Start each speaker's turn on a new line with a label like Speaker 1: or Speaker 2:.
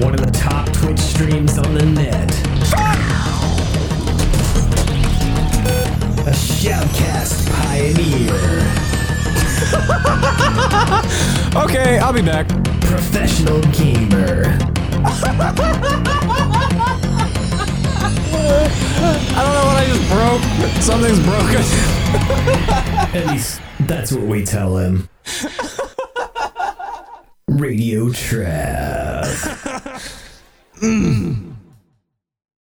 Speaker 1: One of the top Twitch streams on the net. A shoutcast pioneer.
Speaker 2: Okay, I'll be back.
Speaker 1: Professional gamer.
Speaker 2: I don't know what I just broke. Something's broken.
Speaker 1: At least that's what we tell him. Radio Trav.